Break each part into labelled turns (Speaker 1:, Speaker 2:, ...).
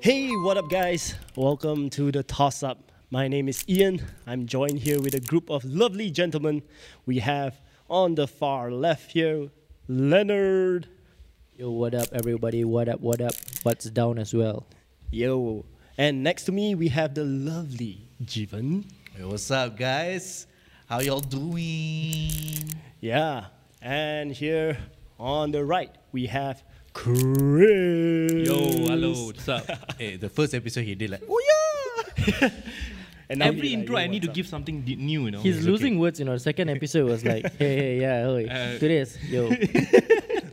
Speaker 1: Hey, what up, guys? Welcome to the Toss Up. My name is Ian. I'm joined here with a group of lovely gentlemen. We have on the far left here Leonard.
Speaker 2: Yo, what up, everybody? What up, what up? What's down as well?
Speaker 1: Yo. And next to me, we have the lovely Jivan.
Speaker 3: Hey, what's up, guys? How y'all doing?
Speaker 1: Yeah. And here on the right, we have Chris.
Speaker 4: Yo, hello, what's up?
Speaker 3: Hey, the first episode he did like, oh
Speaker 1: And now
Speaker 4: Every
Speaker 1: we-
Speaker 4: intro, I need to
Speaker 1: what's up?
Speaker 4: give something di- new, you know.
Speaker 2: He's
Speaker 3: it's
Speaker 2: losing words, you know. The second episode was like, hey, hey, yeah, hey.
Speaker 4: Uh,
Speaker 2: Today's, yo.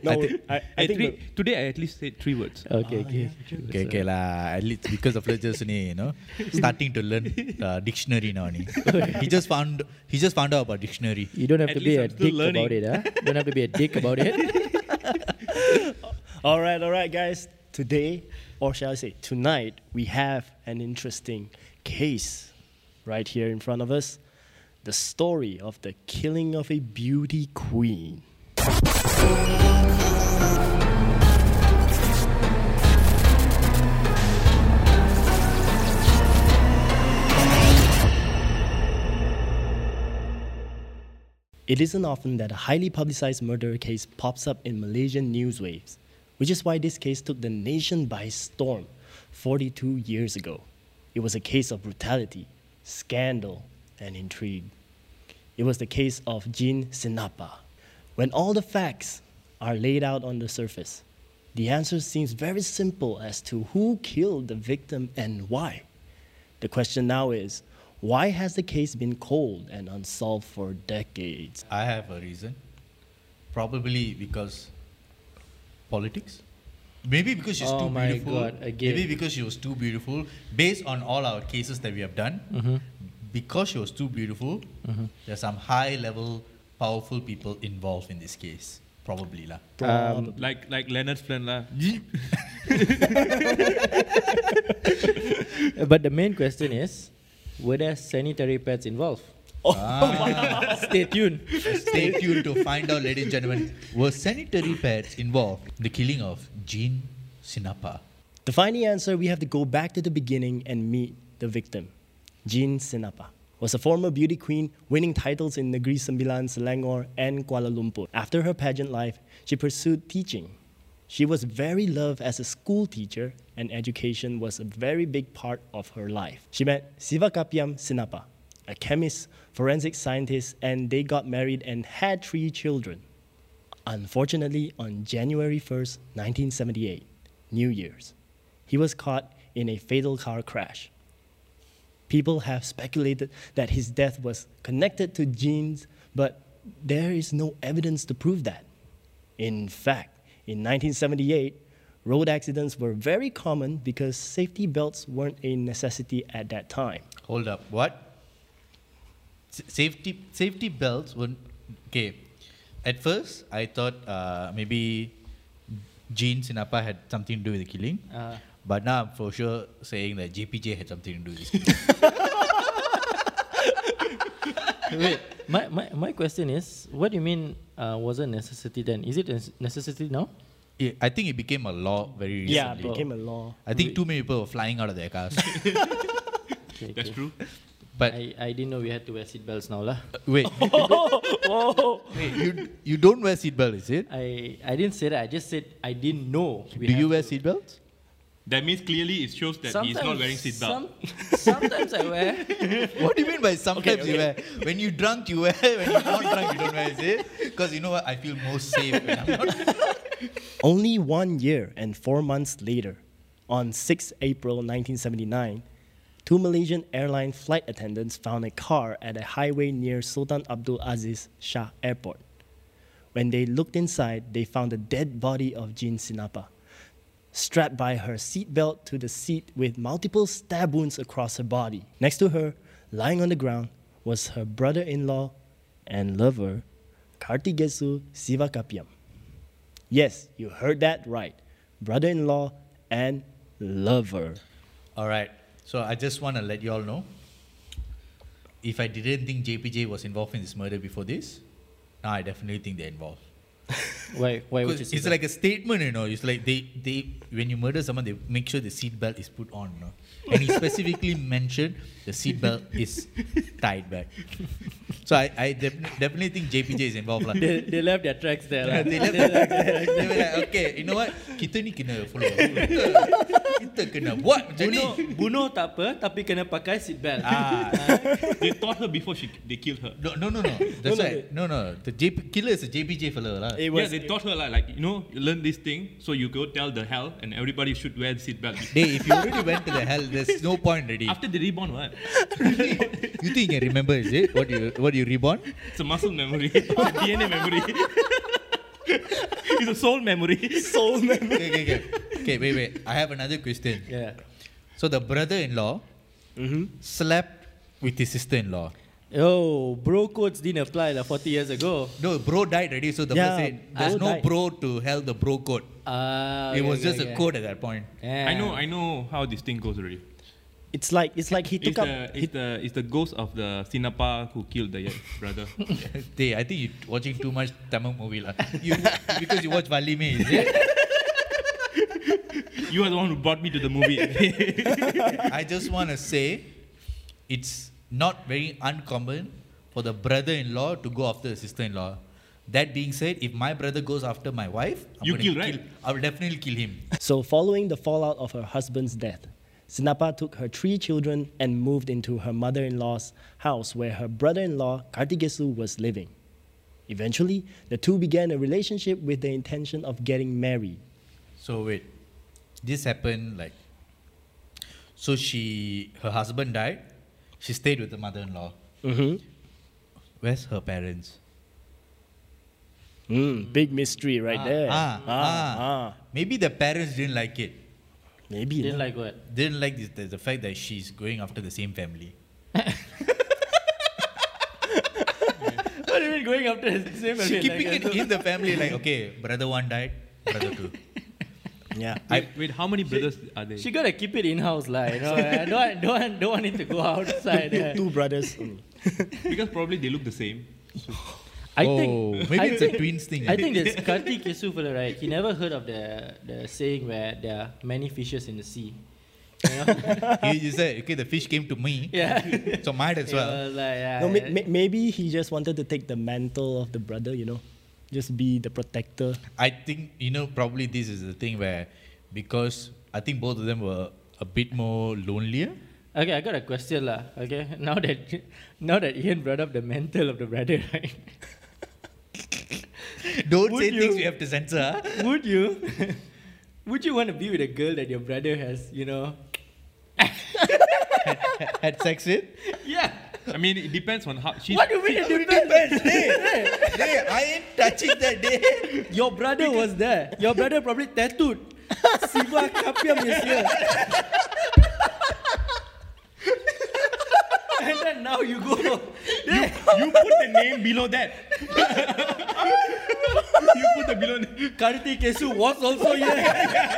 Speaker 1: No, I, I,
Speaker 4: Eh,
Speaker 1: think.
Speaker 4: three- today I at least said three words.
Speaker 2: Okay, okay.
Speaker 4: Ah,
Speaker 3: Okay, okay lah. At least because of Legends ni, you know, starting to learn uh, dictionary now ni. He just found he just found out about dictionary.
Speaker 2: You don't have to
Speaker 4: At
Speaker 2: be
Speaker 4: least
Speaker 2: a
Speaker 4: I'm still
Speaker 2: dick
Speaker 4: learning.
Speaker 2: about it, huh? don't have to be a dick about it.
Speaker 1: All right, all right, guys. Today, or shall I say tonight, we have an interesting case right here in front of us. The story of the killing of a beauty queen. It isn't often that a highly publicized murder case pops up in Malaysian news waves, which is why this case took the nation by storm 42 years ago. It was a case of brutality, scandal, and intrigue. It was the case of Jean Sinapa. When all the facts are laid out on the surface, the answer seems very simple as to who killed the victim and why. The question now is why has the case been cold and unsolved for decades?
Speaker 3: I have a reason. Probably because politics. Maybe because she's
Speaker 2: Oh
Speaker 3: too
Speaker 2: my
Speaker 3: beautiful.
Speaker 2: God, again.
Speaker 3: Maybe because she was too beautiful. Based on all our cases that we have done,
Speaker 2: Mm-hmm.
Speaker 3: because she was too beautiful, there's some high level, powerful people involved in this case. Probably lah.
Speaker 1: Um,
Speaker 4: Like like Leonard Flynn lah.
Speaker 2: But the main question is, were there sanitary pads involved?
Speaker 4: Oh.
Speaker 2: Ah. Stay tuned.
Speaker 3: Stay tuned to find out, ladies and gentlemen, were sanitary pads involved in the killing of Jean Sinapa?
Speaker 1: to find the answer, we have to go back to the beginning and meet the victim. Jean Sinapa was a former beauty queen winning titles in Negeri Sembilan, Selangor, and Kuala Lumpur. After her pageant life, she pursued teaching. She was very loved as a school teacher, and education was a very big part of her life. She met Sivakapiam Sinapa, a chemist, forensic scientist, and they got married and had three children. Unfortunately, on January 1st, 1978, New Year's, he was caught in a fatal car crash. People have speculated that his death was connected to genes, but there is no evidence to prove that. In fact, in 1978, road accidents were very common because safety belts weren't a necessity at that time.
Speaker 3: Hold up, what? S- safety safety belts were okay. At first, I thought uh, maybe Jean Sinapa had something to do with the killing,
Speaker 2: Uh,
Speaker 3: but now I'm for sure saying that JPJ had something to do with this. Killing.
Speaker 2: Wait, my, my, my question is, what do you mean uh, wasn't necessity then? Is it a s- necessity now?
Speaker 3: Yeah, I think it became a law very recently.
Speaker 1: Yeah, it became a law.
Speaker 3: I think too many people were flying out of their cars.
Speaker 2: Okay,
Speaker 4: That's
Speaker 2: okay.
Speaker 4: true.
Speaker 3: but
Speaker 2: I, I didn't know we had to wear seatbelts now lah.
Speaker 3: wait, wait, you you don't wear seatbelt, is it?
Speaker 2: I I didn't say that. I just said I didn't know. we
Speaker 3: do
Speaker 2: have
Speaker 3: you wear
Speaker 2: to-
Speaker 3: seatbelts?
Speaker 4: That means clearly it shows that he's not wearing seatbelt.
Speaker 2: some- sometimes I wear.
Speaker 3: What do you mean by sometimes you wear? When you drunk, you wear. When you're not drunk, you don't wear. Is it? Because you know what? I feel most safe when I'm not.
Speaker 1: Only one year and four months later, on 6 April 1979, two Malaysian airline flight attendants found a car at a highway near Sultan Abdul Aziz Shah Airport. When they looked inside, they found the dead body of Jean Sinapa, strapped by her seatbelt to the seat with multiple stab wounds across her body. Next to her, lying on the ground, was her brother in law and lover, Kartigesu Sivakapiam. Yes, you heard that right. Brother in law and lover.
Speaker 3: All right. So I just want to let you all know. If I didn't think JPJ was involved in this murder before this, now I definitely think they're involved.
Speaker 2: Why? Why would you
Speaker 3: Because
Speaker 2: say
Speaker 3: it's
Speaker 2: that?
Speaker 3: like a statement, you know. It's like they, they when you murder someone, they make sure the seatbelt is put on, you know. And he specifically mentioned the seatbelt is tied back. So I, I definitely, definitely think JPJ is involved. lah.
Speaker 2: they, they left their tracks there. lah.
Speaker 3: they left the They were like, okay, you know what? Kita ni kena follow. Kita, kita kena buat macam ni.
Speaker 2: bunuh, bunuh tak apa, tapi kena pakai seatbelt.
Speaker 3: Ah,
Speaker 4: They taught her before she they killed her.
Speaker 3: no, no, no, no. That's
Speaker 1: No, no,
Speaker 3: right. No, no. The JP, killer is a JPJ fella lah.
Speaker 1: It
Speaker 4: Yeah,
Speaker 1: was
Speaker 4: they taught her like, like you know, you learn this thing, so you go tell the hell, and everybody should wear seatbelt.
Speaker 3: Dey, if you already went to the hell, there's no point already.
Speaker 4: After the reborn, what?
Speaker 3: You think you can remember, is it? What you what you reborn?
Speaker 4: It's a muscle memory, DNA memory. it's a soul memory.
Speaker 1: soul memory.
Speaker 3: Okay, okay, okay. Okay, wait, wait. I have another question.
Speaker 2: yeah.
Speaker 3: So the brother-in-law slept with his sister-in-law.
Speaker 2: Oh, bro codes didn't apply like 40 years ago.
Speaker 3: No, bro died already, so the
Speaker 1: Yeah,
Speaker 3: person said, there's
Speaker 1: bro
Speaker 3: no
Speaker 1: died.
Speaker 3: bro to hell the bro code.
Speaker 2: Ah, okay,
Speaker 3: it was
Speaker 2: okay,
Speaker 3: just
Speaker 2: okay.
Speaker 3: a code at that point.
Speaker 2: Yeah.
Speaker 4: I know, I know how this thing goes already.
Speaker 1: It's like it's like he
Speaker 4: It's
Speaker 1: took up.
Speaker 4: the, it's the it's the ghost of the Sinapa who killed the brother.
Speaker 3: Dey, I think you're watching too much Tamil movie. lah. You, because you watch Valime, is it?
Speaker 4: you are the one who brought me to the movie.
Speaker 3: I just want to say, it's not very uncommon for the brother-in-law to go after the sister-in-law. That being said, if my brother goes after my wife, I'm
Speaker 4: You
Speaker 3: gonna
Speaker 4: kill, right?
Speaker 3: I will definitely kill him.
Speaker 1: so following the fallout of her husband's death, Sinapa took her three children and moved into her mother-in-law's house where her brother-in-law Kartikesu was living. Eventually, the two began a relationship with the intention of getting married.
Speaker 3: So wait, this happened like. So she, her husband died. She stayed with the mother-in-law.
Speaker 1: Mm-hmm.
Speaker 3: Where's her parents?
Speaker 1: Mm, big mystery right
Speaker 3: Ah,
Speaker 1: there.
Speaker 3: ah,
Speaker 1: ah, ah.
Speaker 3: Maybe the parents didn't like it.
Speaker 1: Maybe.
Speaker 2: Didn't
Speaker 1: lah.
Speaker 2: like what?
Speaker 3: Didn't like this, the, the fact that she's going after the same family.
Speaker 2: What do you mean going after the same
Speaker 3: She
Speaker 2: event?
Speaker 3: keeping
Speaker 2: Like,
Speaker 3: it in the family like okay, brother one died, brother two.
Speaker 1: yeah.
Speaker 4: wait, wait, how many brothers are there?
Speaker 2: She gotta keep it in house, like you know. I don't, want- don't, want- don't want it to go outside. yeah.
Speaker 1: Two brothers. Mm. only.
Speaker 4: because probably they look the same.
Speaker 2: I
Speaker 3: oh,
Speaker 2: think
Speaker 3: maybe
Speaker 2: I
Speaker 3: it's
Speaker 2: think,
Speaker 3: a twins thing.
Speaker 2: I think that's Kartik Yusufala, right? He never heard of the the saying where there are many fishes in the sea. You know?
Speaker 3: he just said, okay, the fish came to me,
Speaker 2: yeah.
Speaker 3: so might as
Speaker 2: It
Speaker 3: well.
Speaker 2: was like, yeah,
Speaker 1: No, may,
Speaker 2: yeah.
Speaker 1: may, maybe he just wanted to take the mantle of the brother, you know, just be the protector.
Speaker 3: I think you know probably this is the thing where because I think both of them were a bit more lonelier.
Speaker 2: Okay, I got a question lah. Okay, now that now that Ian brought up the mental of the brother, right?
Speaker 3: Don't
Speaker 2: Would
Speaker 3: say things
Speaker 2: you?
Speaker 3: we have to censor. huh?
Speaker 2: would you? would you want to be with a girl that your brother has? You know?
Speaker 3: Had sex with?
Speaker 2: Yeah.
Speaker 4: I mean, it depends on how she.
Speaker 2: what do you mean? it depends?
Speaker 1: eh?
Speaker 3: Hey, I ain't touching that day.
Speaker 2: Your brother was there. Your brother probably tattooed. Siva Kapiam is here. and then now you go.
Speaker 4: You put the name below that. you put the below.
Speaker 2: Kartikesu was also here.
Speaker 4: Exactly.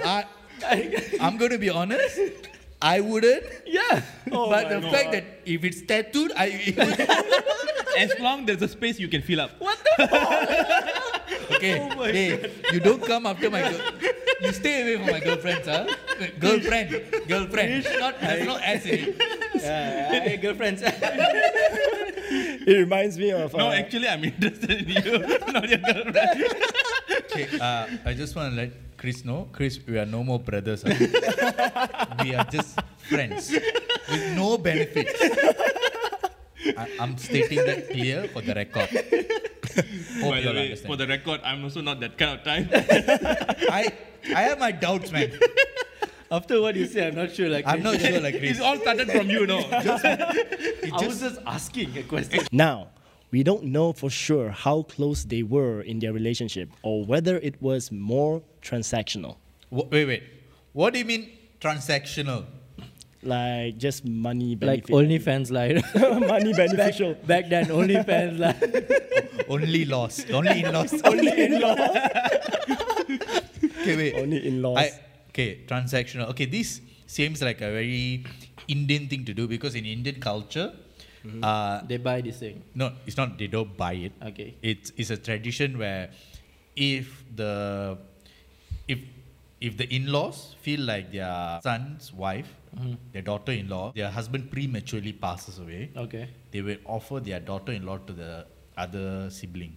Speaker 3: I, I'm going to be honest. I wouldn't.
Speaker 2: yeah.
Speaker 3: but the
Speaker 4: God.
Speaker 3: fact that if it's tattooed, I
Speaker 4: As long there's a space, you can fill up.
Speaker 3: okay.
Speaker 4: Oh
Speaker 3: hey, you don't come after my girl. You stay away from my girlfriends, huh? Girlfriend, girlfriend. Not that's not as in.
Speaker 2: Yeah, I- girlfriends.
Speaker 1: It reminds me of.
Speaker 4: No,
Speaker 1: uh,
Speaker 4: actually, I'm interested in you, not your girlfriend.
Speaker 3: Okay, uh, I just want to let Chris know, Chris, we are no more brothers. huh? we are just friends with no benefits. I, I'm stating that clear for the record. Hope
Speaker 4: By the
Speaker 3: you'll
Speaker 4: way,
Speaker 3: understand.
Speaker 4: for the record, I'm also not that kind of type.
Speaker 3: I I have my doubts, man.
Speaker 2: After what you say, I'm not sure. Like,
Speaker 3: I'm not sure, like Chris.
Speaker 4: it's all started from you, no?
Speaker 3: It
Speaker 2: I was
Speaker 3: just
Speaker 2: just asking a question.
Speaker 1: Now, we don't know for sure how close they were in their relationship or whether it was more transactional,
Speaker 3: Wh- wait, wait. What do you mean transactional?
Speaker 1: like just money
Speaker 2: Like
Speaker 1: benefit.
Speaker 2: OnlyFans, like
Speaker 1: money beneficial.
Speaker 2: back then, OnlyFans, like
Speaker 3: Only loss. Only in loss.
Speaker 1: Only in law.
Speaker 3: okay, wait.
Speaker 1: Only in laws.
Speaker 3: I, okay, transactional. Okay, this seems like a very Indian thing to do because in Indian culture,
Speaker 1: Mm-hmm.
Speaker 3: uh,
Speaker 2: They buy this thing.
Speaker 3: no, it's not they don't buy it.
Speaker 2: Okay.
Speaker 3: It's it's a tradition where if the if if the in-laws feel like their son's wife,
Speaker 1: Mm-hmm.
Speaker 3: their daughter-in-law, their husband prematurely passes away,
Speaker 2: Okay.
Speaker 3: they will offer their daughter-in-law to the other sibling.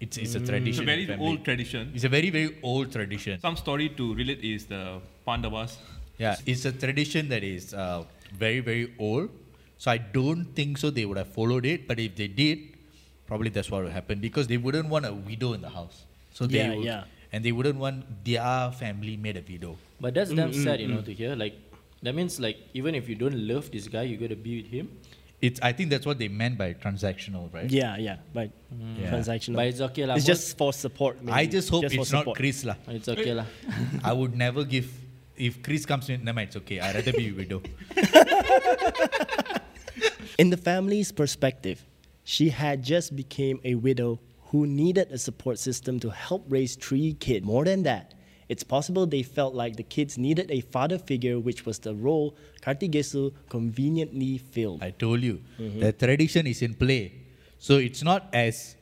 Speaker 3: It's it's a tradition.
Speaker 4: It's a
Speaker 3: in
Speaker 4: very
Speaker 3: family.
Speaker 4: old tradition.
Speaker 3: It's a very very old tradition.
Speaker 4: Some story to relate is the Pandavas.
Speaker 3: Yeah, it's a tradition that is uh, very, very old. So I don't think so they would have followed it. But if they did, probably that's what would happen because they wouldn't want a widow in the house. So they
Speaker 1: Yeah,
Speaker 3: would,
Speaker 1: yeah.
Speaker 3: and they wouldn't want their family made a widow.
Speaker 2: But that's damn sad, you know, to hear. Like, that means like even if you don't love this guy, you gotta be with him.
Speaker 3: It's I think that's what they meant by transactional, right?
Speaker 1: Yeah, yeah, but
Speaker 3: Yeah.
Speaker 1: transactional.
Speaker 2: Mm. But it's okay lah.
Speaker 1: It's
Speaker 2: most-
Speaker 1: just for support. Maybe.
Speaker 3: I just hope
Speaker 1: for
Speaker 3: it's not
Speaker 1: support.
Speaker 3: Chris lah.
Speaker 2: It's okay lah.
Speaker 3: I would never give. If Chris comes in, never mind, it's okay. I'd rather be a widow.
Speaker 1: In the family's perspective, she had just became a widow who needed a support system to help raise three kids. More than that, it's possible they felt like the kids needed a father figure, which was the role Kartigesu conveniently filled.
Speaker 3: I told you,
Speaker 2: Mm-hmm.
Speaker 3: the tradition is in play. So it's not as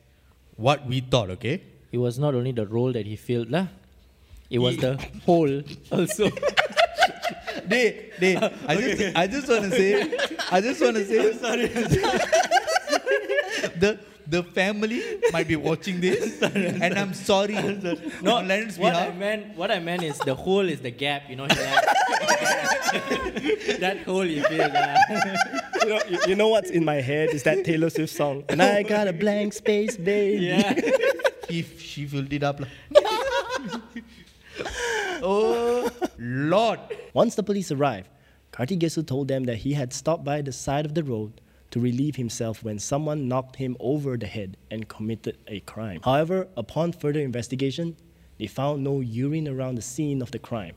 Speaker 3: what we thought, okay?
Speaker 2: It was not only the role that he filled lah. It was the whole also.
Speaker 3: Dey, dey, I just, I just want to say, I just want to say, sorry. the the family might be watching this, and I'm sorry.
Speaker 2: No,
Speaker 3: on Leonard's
Speaker 2: what I
Speaker 3: behalf.
Speaker 2: meant, what I meant is the hole is the gap, you know. he like- that hole he filled. lah.
Speaker 1: you, know, you- you know what's in my head is that Taylor Swift song, and I got a blank space, baby.
Speaker 2: Yeah.
Speaker 3: He, she filled it up. lah. oh, Lord.
Speaker 1: Once the police arrived, Kartigesu told them that he had stopped by the side of the road to relieve himself when someone knocked him over the head and committed a crime. However, upon further investigation, they found no urine around the scene of the crime,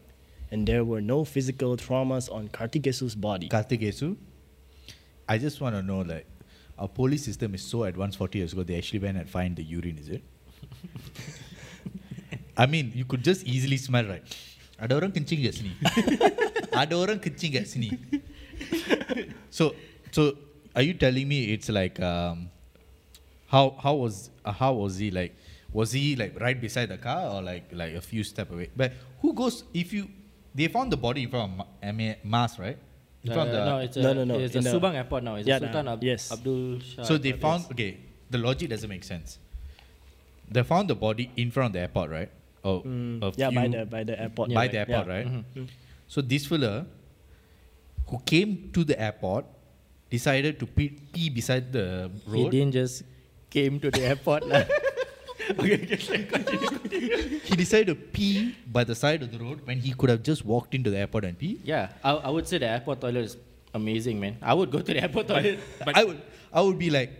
Speaker 1: and there were no physical traumas on Kartigesu's body.
Speaker 3: Kartikesu, I just want to know, like, our police system is so advanced 40 years ago, they actually went and find the urine, is it? I mean, you could just easily smell, right? Ada orang kencing kat sini. Ada orang kencing kat sini. So, so are you telling me it's like, um, how how was uh, how was he like? Was he like right beside the car or like like a few step away? But who goes if you? They found the body in front of Ma, I mean, Mas, right? In
Speaker 2: No,
Speaker 3: front of
Speaker 2: Uh, no,
Speaker 3: the-
Speaker 2: no, it's a,
Speaker 1: No, no, no,
Speaker 2: It's the
Speaker 1: in the-
Speaker 2: Subang airport now. It's
Speaker 1: Yeah,
Speaker 2: the Sultan
Speaker 1: nah,
Speaker 2: Ab-
Speaker 1: yes.
Speaker 2: Abdul Shah.
Speaker 3: So they
Speaker 2: Airport,
Speaker 3: found
Speaker 2: yes.
Speaker 3: okay, the logic doesn't make sense. They found the body in front of the airport, right? Oh, a
Speaker 1: Mm. Yeah, by
Speaker 3: few-
Speaker 1: the by the airport.
Speaker 3: by
Speaker 1: Yeah, Mm-hmm.
Speaker 3: the airport,
Speaker 1: yeah.
Speaker 3: right?
Speaker 4: Mm-hmm.
Speaker 3: So this fella who came to the airport decided to pee, pee beside the
Speaker 2: He
Speaker 3: road.
Speaker 2: didn't just came to the airport lah.
Speaker 3: He decided to pee by the side of the road when he could have just walked into the airport and pee.
Speaker 2: Yeah, I, I would say the airport toilet is amazing, man. I would go to the airport toilet.
Speaker 4: But
Speaker 3: I would, I would be like,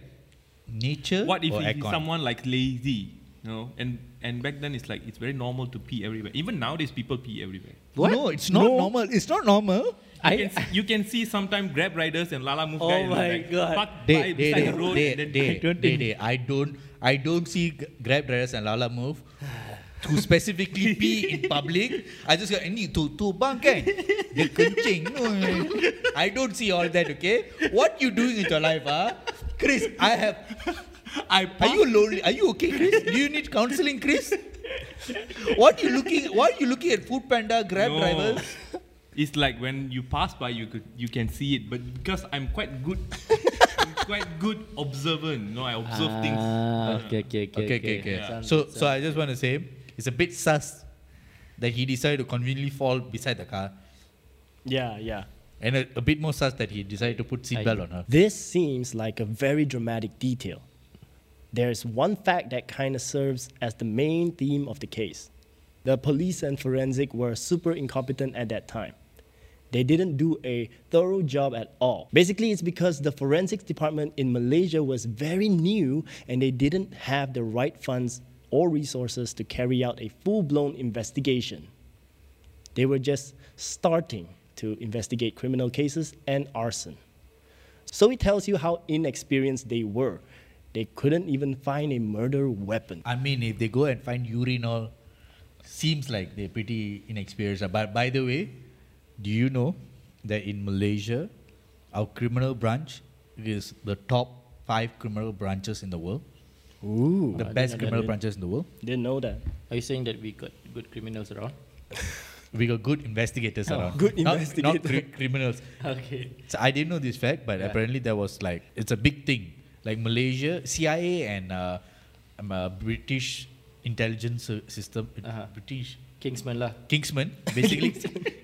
Speaker 3: nature.
Speaker 4: what if
Speaker 3: or
Speaker 4: he- he's
Speaker 3: aircon?
Speaker 4: someone like lazy? You know, and and back then it's like it's very normal to pee everywhere. Even nowadays people pee everywhere.
Speaker 2: What?
Speaker 3: No, it's not
Speaker 2: No.
Speaker 3: normal. It's not normal.
Speaker 4: You
Speaker 2: I,
Speaker 4: can, see, you can see sometimes grab riders and lala move
Speaker 2: Oh
Speaker 4: guys, you know,
Speaker 2: my
Speaker 4: like,
Speaker 2: God.
Speaker 4: park
Speaker 3: They,
Speaker 4: by
Speaker 3: they,
Speaker 4: beside
Speaker 3: they,
Speaker 4: the road
Speaker 3: they,
Speaker 4: and then
Speaker 3: they, they, they, I don't, I don't see g- Grab drivers and Lala move to specifically pee in public. I just got any to to bang eh? They kencing. No, eh. I don't see all that. Okay, what you doing in your life, ah? Chris, I have.
Speaker 4: I
Speaker 3: Are you lonely? Are you okay, Chris? Do you need counseling, Chris? What you looking? Why you looking at Food Panda, Grab
Speaker 4: No.
Speaker 3: drivers?
Speaker 4: It's like when you pass by, you could you can see it, but because I'm quite good, I'm quite good observant. You know, I observe things.
Speaker 2: Ah, okay, okay, okay,
Speaker 3: Okay, okay, okay. So, so I just want to say it's a bit sus that he decided to conveniently fall beside the car,
Speaker 1: Yeah, yeah.
Speaker 3: and a, a bit more sus that he decided to put seatbelt on her.
Speaker 1: This seems like a very dramatic detail. There's one fact that kind of serves as the main theme of the case. The police and forensic were super incompetent at that time. They didn't do a thorough job at all. Basically, it's because the forensics department in Malaysia was very new and they didn't have the right funds or resources to carry out a full blown investigation. They were just starting to investigate criminal cases and arson. So it tells you how inexperienced they were. They couldn't even find a murder weapon.
Speaker 3: I mean, if they go and find urinal, seems like they're pretty inexperienced. But by the way, do you know that in Malaysia, our criminal branch is the top five criminal branches in the world,
Speaker 1: Ooh.
Speaker 3: the
Speaker 2: I didn't
Speaker 3: best
Speaker 2: know
Speaker 3: criminal
Speaker 2: that.
Speaker 3: branches in the world.
Speaker 1: Didn't know that.
Speaker 2: Are you saying that we got good criminals around?
Speaker 3: We got good investigators
Speaker 2: Oh.
Speaker 3: around.
Speaker 1: Good
Speaker 3: not, Not
Speaker 1: investigator.
Speaker 3: cri- criminals.
Speaker 2: Okay.
Speaker 3: So I didn't know this fact, but
Speaker 2: Yeah.
Speaker 3: apparently there was like it's a big thing. Like Malaysia, CIA and uh, um, uh, British intelligence uh, system,
Speaker 2: Uh-huh.
Speaker 3: British
Speaker 2: Kingsman lah.
Speaker 3: Kingsman, basically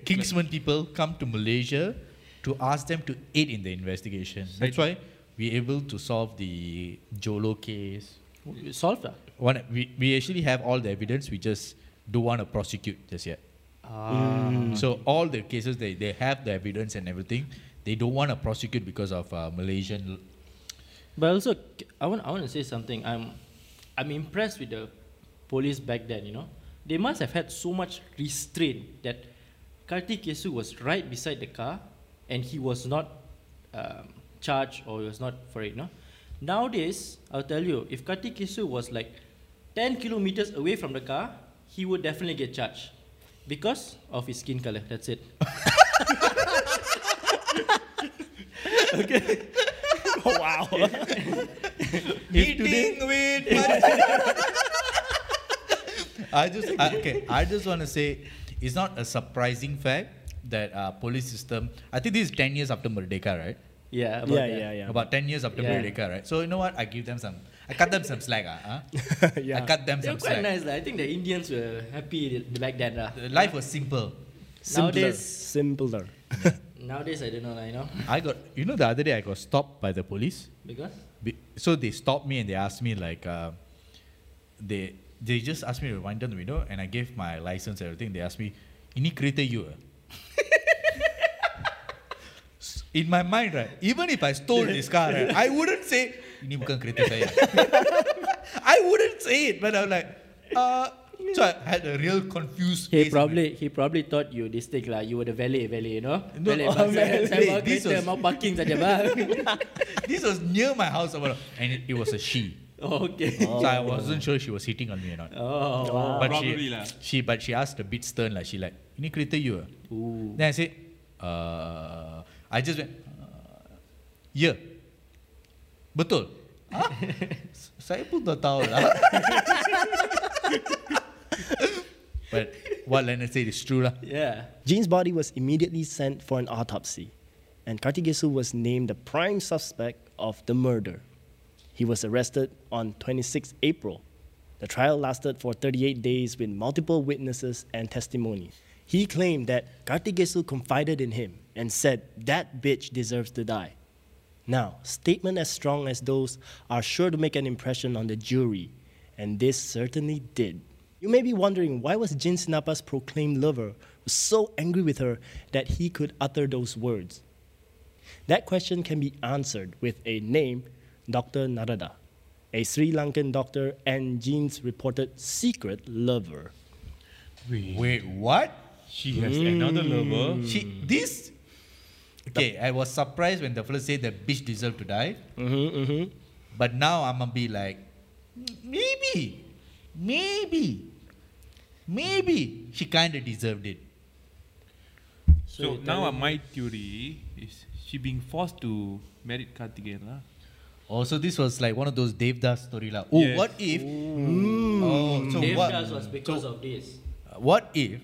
Speaker 3: Kingsman people come to Malaysia to ask them to aid in the investigation. That's why we able to solve the Jolo case.
Speaker 2: W- Solved lah.
Speaker 3: One, we, we actually have all the evidence. We just don't want to prosecute just yet.
Speaker 2: Ah.
Speaker 3: So all the cases they, they have the evidence and everything. They don't want to prosecute because of uh, Malaysian.
Speaker 2: But also, c- I want I want to say something. I'm I'm impressed with the police back then. You know, they must have had so much restraint that Kartikesu was right beside the car, and he was not um, charged or he was not for it. No, nowadays I'll tell you, if Kartikesu was like 10 kilometers away from the car, he would definitely get charged because of his skin color. That's it.
Speaker 1: Oh, wow.
Speaker 2: If today-
Speaker 3: I just I, okay. I just want to say it's not a surprising fact that uh, police system. I think this is ten years after Merdeka, right?
Speaker 2: yeah, about
Speaker 1: yeah,
Speaker 2: that.
Speaker 1: yeah, yeah.
Speaker 3: About ten years after
Speaker 2: Yeah.
Speaker 3: Merdeka, right? So you know what? I give them some. I cut them some slack, ah. ah.
Speaker 1: yeah.
Speaker 3: I cut them
Speaker 2: They were
Speaker 3: some
Speaker 2: quite
Speaker 3: slack.
Speaker 2: nice. lah. I think the Indians were happy back then. lah.
Speaker 3: The Life was simple.
Speaker 2: Nowadays,
Speaker 1: Simpler.
Speaker 2: nowadays I don't know, lah, you know,
Speaker 3: I got. You know, the other day I got stopped by the police.
Speaker 2: because
Speaker 3: Be- so they stopped me and they asked me like uh, they they just asked me to wind down the window and I gave my license and everything. They asked me, "Ini kereta you?" ah?" S- In my mind, right? Even if I stole this car, right, I wouldn't say ini bukan kereta saya. I wouldn't say it, but I'm like, uh, so I had a real confused.
Speaker 2: he
Speaker 3: face in my-
Speaker 2: probably he probably thought you this thing lah. You were the valet, valet, you know.
Speaker 3: No,
Speaker 2: valet,
Speaker 3: oh,
Speaker 2: bang.
Speaker 3: valet.
Speaker 2: Saya bawa
Speaker 3: This
Speaker 2: kereta,
Speaker 3: was-
Speaker 2: mau parking saja bang.
Speaker 3: This was near my house, or whatever, and it, it was a she.
Speaker 2: Oh, okay.
Speaker 3: So I wasn't sure she was hitting on me or not.
Speaker 2: Oh.
Speaker 3: but she,
Speaker 4: Probably lah.
Speaker 3: she but she asked a bit stern lah. She like, ini kereta you? ah?"
Speaker 2: Ooh.
Speaker 3: Then I said, uh, I just went, uh, yeah, betul. "Hah? S- Saya pun tak tahu lah. but what Leonard said is true lah.
Speaker 2: Yeah.
Speaker 1: Jean's body was immediately sent for an autopsy, and Kartigesu was named the prime suspect of the murder. He was arrested on 26 April. The trial lasted for 38 days with multiple witnesses and testimony. He claimed that Kartigesu confided in him and said, That bitch deserves to die. Now, statements as strong as those are sure to make an impression on the jury, and this certainly did. You may be wondering why was Jin Sinapa's proclaimed lover so angry with her that he could utter those words. That question can be answered with a name, Dr. Narada, a Sri Lankan doctor and Jin's reported secret lover.
Speaker 3: Wait, what?
Speaker 4: She has another lover.
Speaker 3: She this? Okay, I was surprised when the fellow said the bitch deserved to die.
Speaker 1: Mm-hmm, mm-hmm.
Speaker 3: But now I'm gonna be like, maybe, maybe, maybe she kind of deserved it.
Speaker 4: So,
Speaker 2: you're
Speaker 4: now uh,
Speaker 2: telling me-
Speaker 4: my theory is she being forced to marry Karthikeyan lah.
Speaker 3: Also, Oh, this was like one of those Devdas story lah. Oh,
Speaker 4: Yes.
Speaker 3: what if? Oh, so
Speaker 2: Dave
Speaker 3: what?
Speaker 2: Charles was because of this.
Speaker 3: What if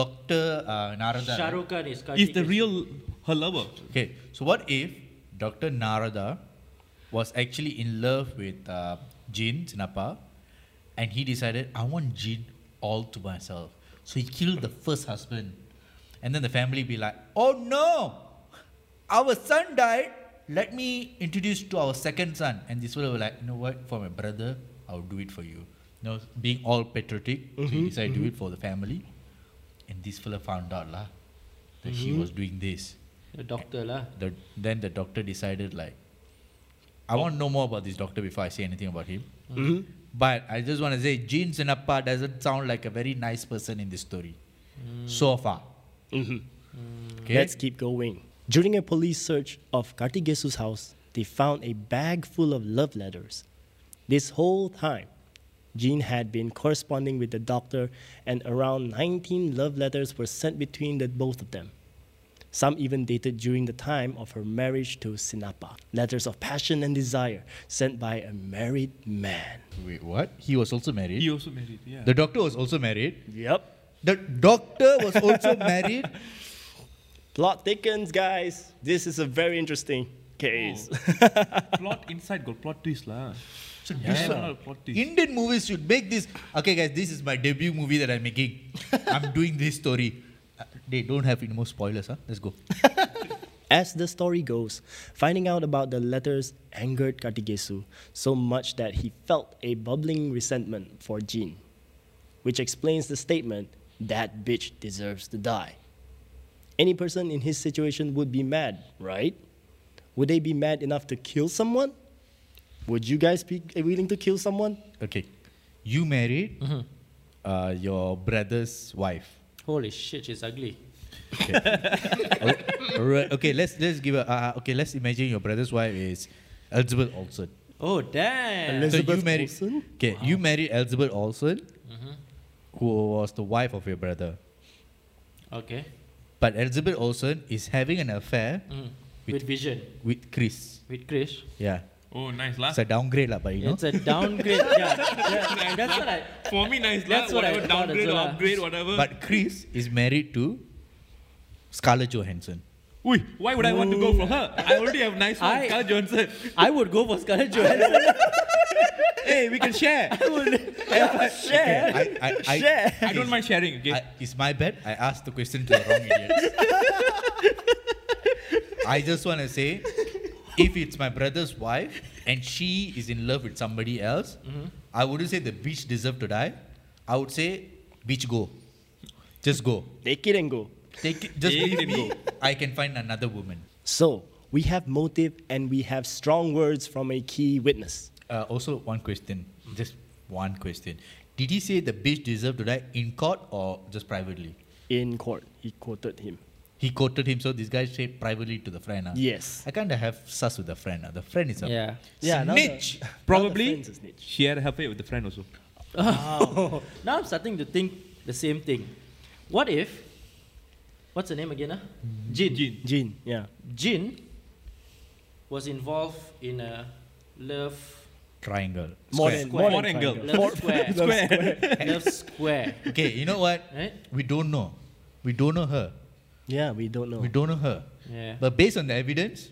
Speaker 3: Doctor uh, Narada?
Speaker 2: Shah Rukh Khan is
Speaker 4: Is the
Speaker 2: Kartikeyan.
Speaker 4: real her lover?
Speaker 3: Okay, so what if Doctor Narada was actually in love with uh, Jin Sinapa, and he decided I want Jin all to myself. So he killed the first husband, and then the family be like, "Oh no, our son died. Let me introduce to our second son." And this will be like, "You know what? For my brother, I'll do it for you." You know, being all patriotic, so he decided to do it for the family, and this fella found out lah that she was doing this
Speaker 2: the doctor lah.
Speaker 3: the then the doctor decided like I want to know more about this doctor before I say anything about him. But I just want to say Gene Sinapa doesn't sound like a very nice person in this story. So far. Mm. Okay?
Speaker 1: Let's keep going. During a police search of Kartigesu's house, they found a bag full of love letters. This whole time, Jean had been corresponding with the doctor, and around 19 love letters were sent between the both of them. Some even dated during the time of her marriage to Sinapa. Letters of passion and desire sent by a married man.
Speaker 3: Wait, what? He was also married.
Speaker 4: He also married, yeah.
Speaker 3: the doctor was also married.
Speaker 1: Yep.
Speaker 3: The doctor was also married.
Speaker 1: Plot thickens, guys. This is a very interesting case.
Speaker 4: plot inside got plot twist lah. So
Speaker 3: Yeah.
Speaker 4: not a plot twist.
Speaker 3: Indian movies should make this. Okay, guys, this is my debut movie that I'm making. I'm doing this story. Uh, they don't have any more spoilers, huh? Let's go.
Speaker 1: As the story goes, finding out about the letters angered Kartigesu so much that he felt a bubbling resentment for Jean, which explains the statement, that bitch deserves to die. Any person in his situation would be mad, right? Would they be mad enough to kill someone? Would you guys be willing to kill someone?
Speaker 3: Okay, you married
Speaker 2: Mm-hmm.
Speaker 3: uh, your brother's wife.
Speaker 2: Holy shit, she's ugly.
Speaker 3: Okay. Alright, okay, let's let's give a uh, okay. Let's imagine your brother's wife is Elizabeth Olsen.
Speaker 2: Oh damn.
Speaker 1: Unless-
Speaker 3: so you
Speaker 1: Elizabeth
Speaker 3: married.
Speaker 1: Olsen?
Speaker 3: Okay, you married Elizabeth Olsen,
Speaker 2: Mm-hmm.
Speaker 3: who was the wife of your brother.
Speaker 2: Okay.
Speaker 3: But Elizabeth Olsen is having an affair
Speaker 2: Mm.
Speaker 3: With-
Speaker 2: With, vision.
Speaker 3: with Chris.
Speaker 2: With Krish.
Speaker 3: Yeah,
Speaker 4: Oh, nice lah.
Speaker 3: it's a downgrade, lah, but you know.
Speaker 2: It's a downgrade. yeah. yeah. That's what I
Speaker 4: For me, nice lah.
Speaker 2: That's what I
Speaker 4: Whatever,
Speaker 2: thought as
Speaker 4: downgrade or
Speaker 2: well lah.
Speaker 4: upgrade, whatever.
Speaker 3: But Chris is married to Scarlett Johansson.
Speaker 4: Ui, why would I want to go for her? I already have nice one,
Speaker 2: I-
Speaker 4: Scarlett Johansson.
Speaker 2: I would go for Scarlett Johansson.
Speaker 3: hey, we can share.
Speaker 2: I would- yeah, share.
Speaker 3: I, I, I,
Speaker 1: Share.
Speaker 4: I don't mind sharing, okay?
Speaker 3: I, it's my bad. I asked the question to the wrong idiots. I just want to say, if it's my brother's wife and she is in love with somebody else,
Speaker 4: Mm-hmm.
Speaker 3: I wouldn't say the beach deserved to die. I would say, beach go, just go.
Speaker 1: Take it and go.
Speaker 3: Take it, just
Speaker 4: Take
Speaker 3: leave
Speaker 4: it and
Speaker 3: me.
Speaker 4: go.
Speaker 3: I can find another woman.
Speaker 1: So, we have motive and we have strong words from a key witness.
Speaker 3: Uh, also, one question, just one question. Did he say the beach deserved to die in court or just privately?
Speaker 1: in court. He quoted him.
Speaker 3: He quoted him, so this guy said privately to the friend. ah.
Speaker 1: Yes.
Speaker 3: I kind of have sus with the friend. ah. The friend is a
Speaker 2: Yeah.
Speaker 1: Yeah, now the-
Speaker 3: snitch.
Speaker 1: Now the
Speaker 4: Probably
Speaker 1: friends is niche.
Speaker 4: she had a affair with the friend also.
Speaker 2: now I'm starting to think the same thing. What if? What's her name again? Huh? Jin. Jin.
Speaker 1: Jin, yeah.
Speaker 2: was involved in a love
Speaker 3: Triangle.
Speaker 1: More
Speaker 3: Square.
Speaker 1: than, more
Speaker 2: Square.
Speaker 1: than
Speaker 4: Triangle.
Speaker 1: triangle.
Speaker 2: Love square.
Speaker 1: Love square.
Speaker 2: love square,
Speaker 3: okay, you know what?
Speaker 2: right?
Speaker 3: We don't know. We don't know her.
Speaker 1: Yeah, we don't know.
Speaker 3: We don't know her.
Speaker 2: Yeah.
Speaker 3: But based on the evidence,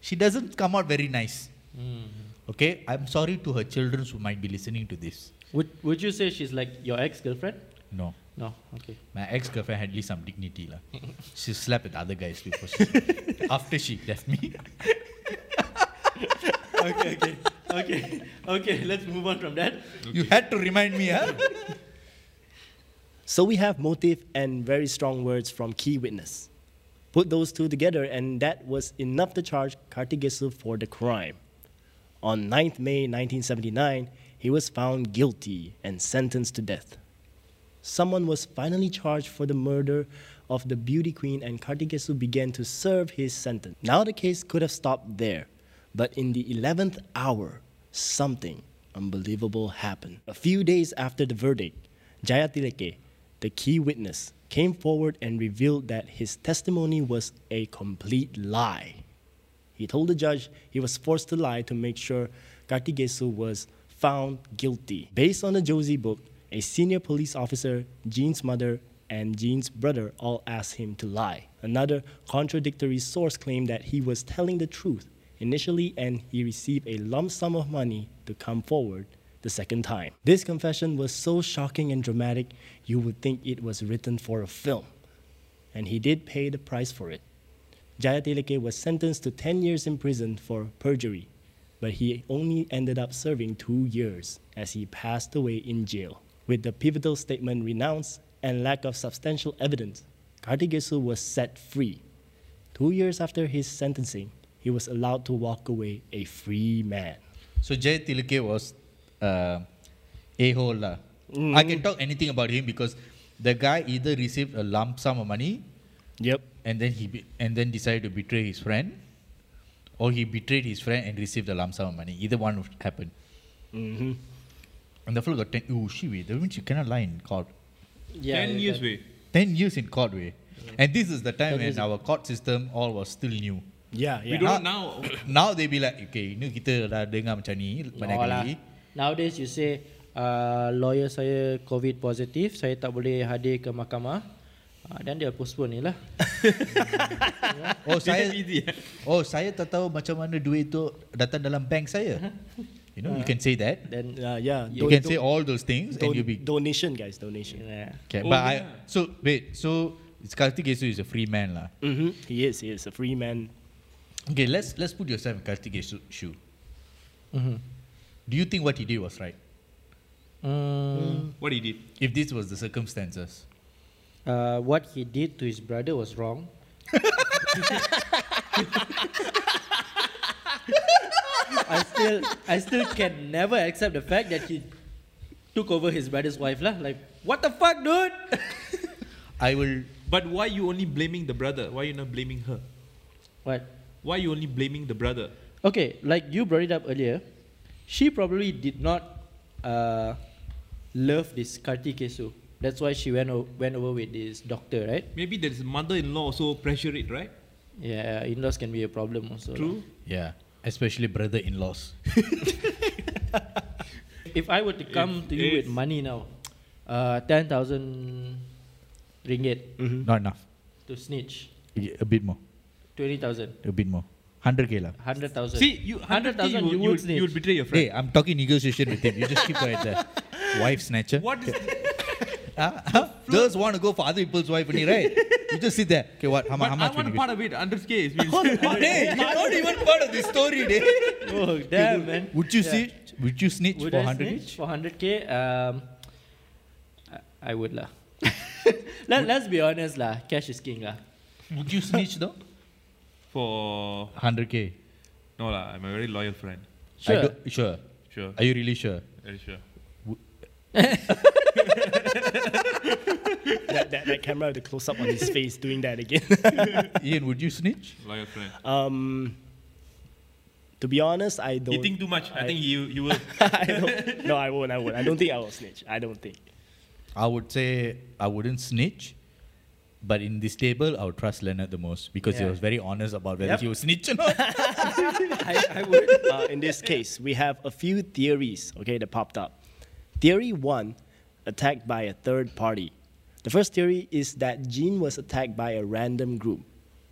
Speaker 3: she doesn't come out very nice.
Speaker 2: Mm.
Speaker 3: Okay, I'm sorry to her children who might be listening to this.
Speaker 2: Would Would you say she's like your ex girlfriend?
Speaker 3: No,
Speaker 2: No. Okay.
Speaker 3: my ex-girlfriend had at least some dignity, lah. She slept with other guys before she, after she left me.
Speaker 2: okay. Okay. Okay. Okay. Let's move on from that.
Speaker 3: You had to remind me, huh?
Speaker 1: So we have motive and very strong words from key witness. Put those two together, and that was enough to charge Kartigesu for the crime. On 9th May 1979, he was found guilty and sentenced to death. Someone was finally charged for the murder of the beauty queen, and Kartikesu began to serve his sentence. Now the case could have stopped there, but in the 11th hour, something unbelievable happened. A few days after the verdict, Jayatileke, the key witness, came forward and revealed that his testimony was a complete lie. He told the judge he was forced to lie to make sure Kartigesu was found guilty. Based on the Josie book, a senior police officer, Jean's mother, and Jean's brother all asked him to lie. Another contradictory source claimed that he was telling the truth initially and he received a lump sum of money to come forward the second time. This confession was so shocking and dramatic, you would think it was written for a film. And he did pay the price for it. Jayatilake was sentenced to 10 years in prison for perjury, but he only ended up serving two years as he passed away in jail. With the pivotal statement renounced and lack of substantial evidence, Kartigesu was set free. Two years after his sentencing, he was allowed to walk away a free man.
Speaker 3: So Jay Tilke was uh, a hole. lah. I can talk anything about him because the guy either received a lump sum of money
Speaker 1: Yep.
Speaker 3: and then he be- and then decided to betray his friend, or he betrayed his friend and received a lump sum of money. Either one would happen.
Speaker 1: Mm-hmm.
Speaker 3: And the fellow oh, got ten. Ooh, she way. That means you cannot lie in court.
Speaker 2: Yeah.
Speaker 4: Ten
Speaker 2: you
Speaker 4: years
Speaker 2: can-
Speaker 4: way.
Speaker 3: Ten years in court way. And this is the time
Speaker 2: That
Speaker 3: when
Speaker 2: is-
Speaker 3: our court system all was still new.
Speaker 1: Yeah, yeah.
Speaker 4: We don't now.
Speaker 3: Now they be like, okay, ni kita dah dengar macam ni banyak
Speaker 2: No lah.
Speaker 3: kali.
Speaker 2: Nowadays you say uh, lawyer saya COVID positive, saya tak boleh hadir ke mahkamah. Uh, then dia postpone ni lah.
Speaker 3: Oh saya
Speaker 4: Dia easy, eh?
Speaker 3: Oh saya tak tahu macam mana duit tu datang dalam bank saya. You know, you can say that.
Speaker 2: Then
Speaker 1: Yeah, Uh, yeah.
Speaker 3: You can say all those things
Speaker 1: don-
Speaker 3: and you be
Speaker 1: donation, guys, donation.
Speaker 2: yeah.
Speaker 3: okay.
Speaker 4: Oh,
Speaker 3: But I
Speaker 4: yeah.
Speaker 3: so wait, so Karthik Yesu is a free man lah.
Speaker 1: Mm-hmm. He is, he is a free man.
Speaker 3: Okay, let's let's put yourself in Karthik Yesu's shoe.
Speaker 2: Mm-hmm.
Speaker 3: Do you think what he did was right?
Speaker 2: Mm,
Speaker 4: What he did?
Speaker 3: If this was the circumstances,
Speaker 2: uh, what he did to his brother was wrong. I still I still can never accept the fact that he took over his brother's wife lah. Like what the fuck, dude?
Speaker 3: I will.
Speaker 4: But why you only blaming the brother? Why you not blaming her?
Speaker 2: what?
Speaker 4: Why you only blaming the brother?
Speaker 2: Okay, like you brought it up earlier, she probably did not uh, love this Kartikesu. That's why she went o- went over with this doctor, right?
Speaker 4: Maybe there's mother-in-law also pressure it, right?
Speaker 2: Yeah, in-laws can be a problem also. lah.
Speaker 4: True.
Speaker 3: Yeah, especially brother-in-laws.
Speaker 2: If I were to come
Speaker 4: If-
Speaker 2: to you with
Speaker 4: if-
Speaker 2: money now, uh, ten thousand ringgit
Speaker 1: Mm-hmm.
Speaker 3: Not enough.
Speaker 2: to snitch,
Speaker 3: Yeah, A bit more.
Speaker 2: twenty thousand,
Speaker 3: A bit more. Hundred k lah.
Speaker 2: hundred thousand.
Speaker 4: See, you hundred
Speaker 2: 100,000
Speaker 4: thousand, you,
Speaker 2: you
Speaker 4: you,
Speaker 2: would
Speaker 4: would- you would betray your
Speaker 3: Hey,
Speaker 4: friend.
Speaker 3: I'm talking negotiation with him. You just keep quiet there. Wife snatcher.
Speaker 4: What is?
Speaker 3: Ah, huh? Girls want to go for other people's wife only, right? you just sit there. Okay, what? How, mu-
Speaker 4: but
Speaker 3: how
Speaker 4: I
Speaker 3: much?
Speaker 4: want
Speaker 3: will
Speaker 4: a
Speaker 3: you
Speaker 4: part of it. Hundred k.
Speaker 3: give? hey, you're not even part of the story, day.
Speaker 2: oh damn man!
Speaker 3: Would you
Speaker 2: Yeah.
Speaker 3: snitch? Would you snitch
Speaker 2: Would
Speaker 3: for
Speaker 2: I
Speaker 3: 100
Speaker 2: snitch
Speaker 3: each?
Speaker 2: for 100k? Um, I, I would lah. Let, let's be honest lah. Cash is king lah.
Speaker 3: Would you snitch though?
Speaker 4: For
Speaker 3: 100k.
Speaker 4: no lah, I'm a very loyal friend.
Speaker 3: I
Speaker 2: Sure.
Speaker 3: don't- sure.
Speaker 4: Sure,
Speaker 3: Are you really sure?
Speaker 4: very sure.
Speaker 1: that, that, that camera with the close up on his face doing that again.
Speaker 3: Ian, would you snitch?
Speaker 4: Loyal friend.
Speaker 1: Um, to be honest, I don't.
Speaker 4: He think too much. I, think you you will.
Speaker 1: I don't, no, I won't. I won't. I don't think I will snitch. I don't think.
Speaker 3: I would say I wouldn't snitch. But in this table, I would trust Leonard the most because he
Speaker 2: Yeah.
Speaker 3: was very honest about whether
Speaker 2: Yep.
Speaker 3: he was snitch or not.
Speaker 2: I, I would.
Speaker 1: Uh, in this case, we have a few theories, okay, that popped up. Theory one attacked by a third party. The first theory is that Jean was attacked by a random group.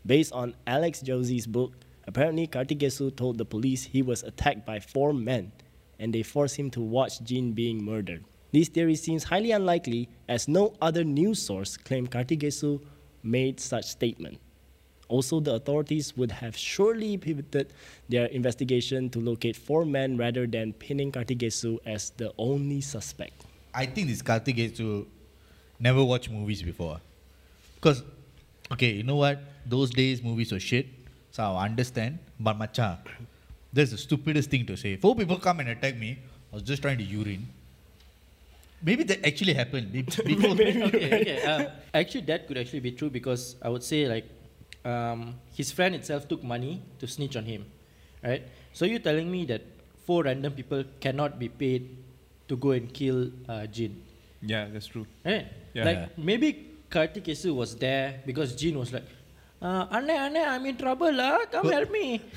Speaker 1: Based on Alex Josie's book, apparently Kartikesu told the police he was attacked by four men and they forced him to watch Jean being murdered. These theories seems highly unlikely as no other news source claimed Kartikesu made such statement. Also, the authorities would have surely pivoted their investigation to locate four men rather than pinning Kartikesu as the only suspect.
Speaker 3: I think this Karthik is to never watch movies before. Because, okay, you know what? Those days movies were shit. So I understand. But macha, that's the stupidest thing to say. Four people come and attack me. I was just trying to urine. Maybe that actually happened. Be- Before,
Speaker 2: okay, okay. Uh, actually, that could actually be true because I would say like um, his friend itself took money to snitch on him, right? So you're telling me that four random people cannot be paid to go and kill uh, Jin,
Speaker 4: yeah, that's true.
Speaker 2: right?
Speaker 4: Yeah.
Speaker 2: like
Speaker 3: Yeah.
Speaker 2: maybe Kartikesu was there because Jin was like, uh, "Anne, Anne, I'm in trouble, lah. Come
Speaker 3: Who-
Speaker 2: help me."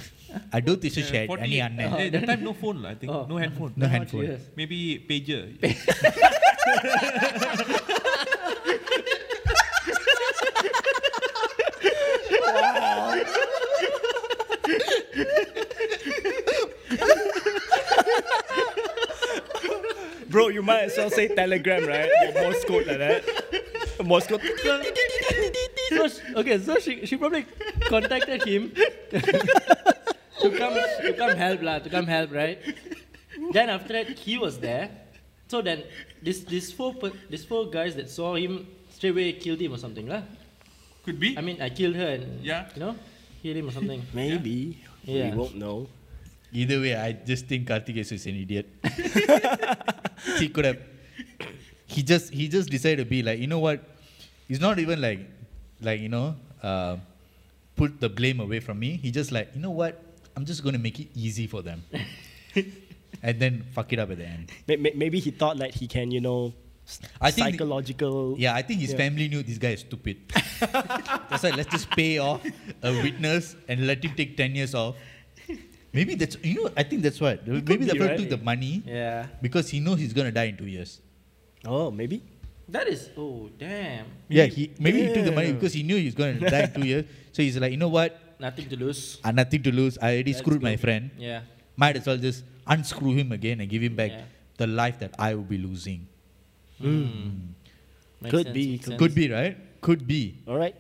Speaker 3: I don't think she had any
Speaker 4: Eh,
Speaker 3: anna.
Speaker 4: that time no phone lah. I think
Speaker 2: Oh.
Speaker 4: no handphone.
Speaker 3: No
Speaker 2: Oh,
Speaker 3: handphone.
Speaker 2: dear.
Speaker 4: Maybe pager.
Speaker 1: Bro, you might as well say Telegram, right? Or Morse code like that. Morse code.
Speaker 2: so she, okay, so she, she probably contacted him to come to come help lah, to come help, right? Then after that he was there. So then this this four per, this four guys that saw him straight away killed him or something lah.
Speaker 4: Could be.
Speaker 2: I mean I killed her and
Speaker 4: Yeah.
Speaker 2: you know killed him or something.
Speaker 1: Maybe.
Speaker 2: Yeah.
Speaker 1: We won't know.
Speaker 3: Either way, I just think Karthik is an idiot. he could have. He just he just decided to be like you know what, he's not even like, like you know, uh, put the blame away from me. He just like you know what, I'm just gonna make it easy for them, and then fuck it up at the end.
Speaker 1: May- may- Maybe he thought that he can, you know, s-
Speaker 3: I think the-
Speaker 1: psychological.
Speaker 3: Yeah, I think his
Speaker 1: Yeah.
Speaker 3: family knew this guy is stupid. That's why let's just pay off a witness and let him take 10 years off. Maybe that's, you know, I think that's what. Maybe the
Speaker 1: be,
Speaker 3: fellow
Speaker 1: right?
Speaker 3: took the money
Speaker 2: Yeah.
Speaker 3: because he knows he's going to die in two years.
Speaker 1: Oh, maybe.
Speaker 2: That is. Oh damn.
Speaker 3: yeah, he maybe he took the money
Speaker 1: Yeah.
Speaker 3: because he knew he was going to die in two years. So he's like, you know what?
Speaker 2: Nothing to lose.
Speaker 3: I nothing to lose. I already
Speaker 2: Let's
Speaker 3: screwed
Speaker 2: go.
Speaker 3: my friend.
Speaker 2: Yeah.
Speaker 3: Might as well just unscrew him again and give him back
Speaker 2: Yeah.
Speaker 3: the life that I will be losing.
Speaker 2: Hmm. Makes
Speaker 1: Hmm. Could
Speaker 2: sense,
Speaker 1: be,
Speaker 2: makes
Speaker 1: could-
Speaker 2: sense.
Speaker 3: Could be, right? Could be.
Speaker 1: All right.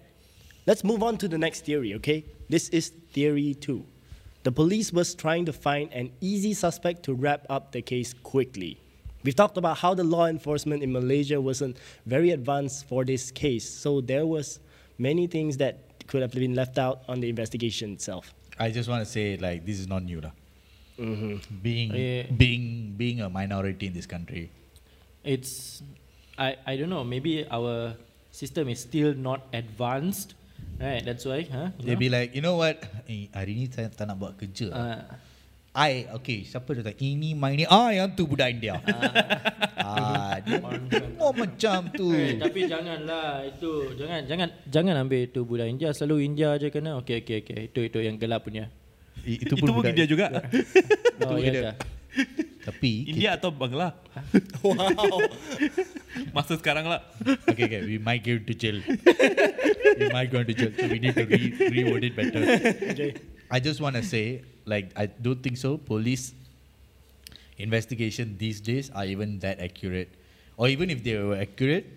Speaker 1: Let's move on to the next theory, okay? This is theory two. The police was trying to find an easy suspect to wrap up the case quickly. We've talked about how the law enforcement in Malaysia wasn't very advanced for this case, so there was many things that could have been left out on the investigation itself.
Speaker 3: I just want to say, like, this is not new. lah. Being,
Speaker 2: Mm-hmm. Yeah.
Speaker 3: being, being a minority in this country.
Speaker 2: It's. I I don't know. Maybe our system is still not advanced. Right. That's why. Huh. you
Speaker 3: They'll
Speaker 2: know?
Speaker 3: be like, you know what? Eh, hari ni saya tak nak buat kerja.
Speaker 2: Ah.
Speaker 3: Uh. I, okay, siapa dia tak? Ini, my ni. Ah, yang tu budak India. ah, dia oh, macam tu.
Speaker 2: Eh, tapi janganlah itu jangan jangan jangan ambil itu budak India selalu India aja kena. Okey okey okey. Itu itu yang gelap punya.
Speaker 3: I-
Speaker 4: Itu pun India juga.
Speaker 2: Oh,
Speaker 3: bukan dia.
Speaker 2: ya, kah?
Speaker 3: Tapi,
Speaker 4: India atau Bangla? wow. Masa sekarang lah.
Speaker 3: okay, okay, we might go to jail. we might go to jail. So we need to re- reword it better. I just want to say, like, I don't think so. Police investigation these days are even that accurate, or even if they were accurate,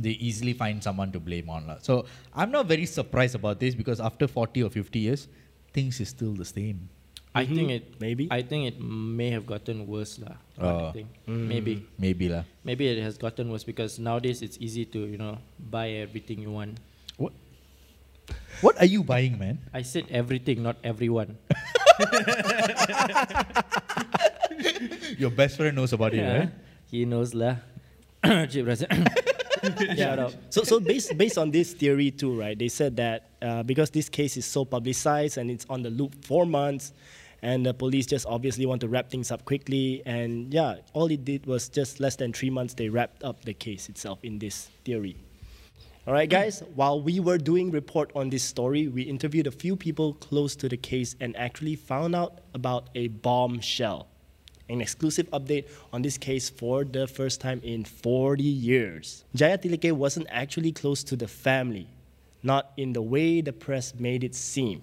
Speaker 3: they easily find someone to blame on. lah. So I'm not very surprised about this because after 40 or 50 years, things is still the same. Mhm.
Speaker 2: I think it
Speaker 1: Maybe.
Speaker 2: I think it may have gotten worse lah. Oh.
Speaker 3: Oh.
Speaker 2: I think. Maybe.
Speaker 3: Maybe lah.
Speaker 2: Maybe it has gotten worse because nowadays it's easy to, you know, buy everything you want.
Speaker 3: What? What are you buying, man?
Speaker 2: I said everything, not everyone.
Speaker 3: Your best friend knows about it, right?
Speaker 2: He knows lah. Cik Razak.
Speaker 1: Shout out. So, so based based on this theory too, right? They said that uh, because this case is so publicized and it's on the loop for months, and the police just obviously want to wrap things up quickly. And yeah, all it did was just less than three months they wrapped up the case itself in this theory. All right, guys. While we were doing report on this story, we interviewed a few people close to the case and actually found out about a bombshell. An exclusive update on this case for the first time in 40 years. Jaya Tilike wasn't actually close to the family, not in the way the press made it seem.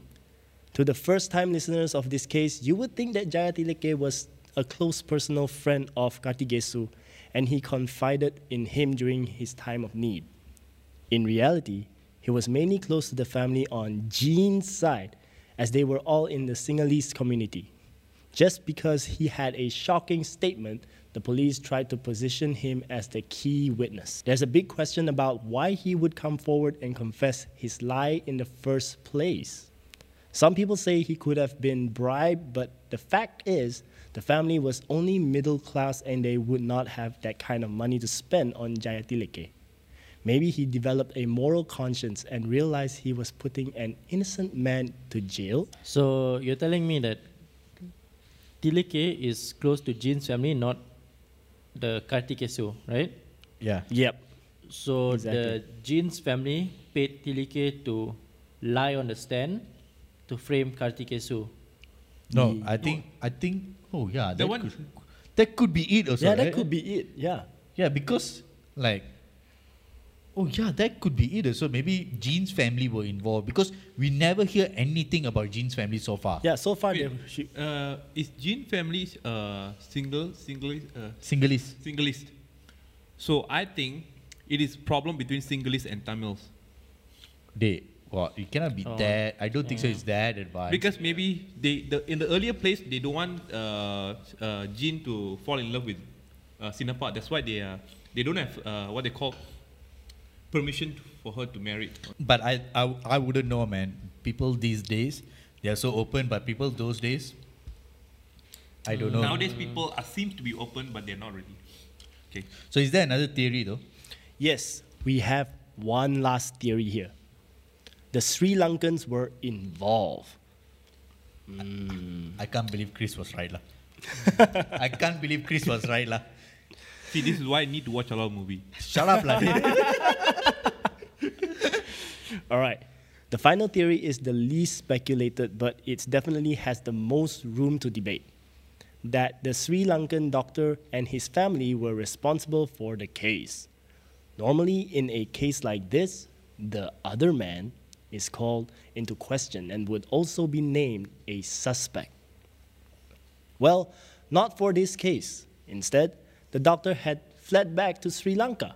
Speaker 1: To the first time listeners of this case, you would think that Jaya Tilike was a close personal friend of Kartigesu and he confided in him during his time of need. In reality, he was mainly close to the family on Jean's side, as they were all in the Sinhalese community. Just because he had a shocking statement, the police tried to position him as the key witness. There's a big question about why he would come forward and confess his lie in the first place. Some people say he could have been bribed, but the fact is, the family was only middle class and they would not have that kind of money to spend on Jayatileke. Maybe he developed a moral conscience and realized he was putting an innocent man to jail.
Speaker 2: so you're telling me that Tilike is close to Jean's family, not the Kartikesu, right?
Speaker 3: Yeah.
Speaker 1: Yep.
Speaker 2: So the
Speaker 1: Exactly.
Speaker 2: Jean's family paid Tilike to lie on the stand to frame Kartikesu.
Speaker 3: No, I think I think oh yeah, that,
Speaker 4: That one-
Speaker 3: could, that could be it also.
Speaker 1: yeah, that
Speaker 3: right?
Speaker 1: could be it. Yeah.
Speaker 3: Yeah, because like oh yeah, that could be it also. Maybe Jean's family were involved because we never hear anything about Jean's family so far.
Speaker 1: Yeah, so far,
Speaker 4: Wait,
Speaker 1: they- she,
Speaker 4: uh, is Jean family uh, single, single, uh,
Speaker 3: Singleist.
Speaker 4: singleist? So I think it is problem between singleist and Tamils
Speaker 3: They well, it cannot be
Speaker 2: Oh,
Speaker 3: that. I don't think so. It's that advice.
Speaker 4: because maybe they the, in the earlier place they don't want uh, uh, Jean to fall in love with uh, Sinapa. That's why they uh, they don't have uh, what they call permission for her to marry.
Speaker 3: but I, I I wouldn't know, man. People these days they are so open, but people those days I don't know.
Speaker 4: Nowadays people are seem to be open, but they're not really. Okay.
Speaker 3: So is there another theory though?
Speaker 1: Yes, we have one last theory here. The Sri Lankans were involved.
Speaker 3: I can't believe Chris was right, lah. I can't believe Chris was right, lah.
Speaker 4: See, this is why I need to watch a lot of movie.
Speaker 3: Shut up, lah.
Speaker 1: All right. The final theory is the least speculated, but it definitely has the most room to debate that the Sri Lankan doctor and his family were responsible for the case. Normally, in a case like this, the other man is called into question and would also be named a suspect. Well, not for this case. Instead, the doctor had fled back to Sri Lanka.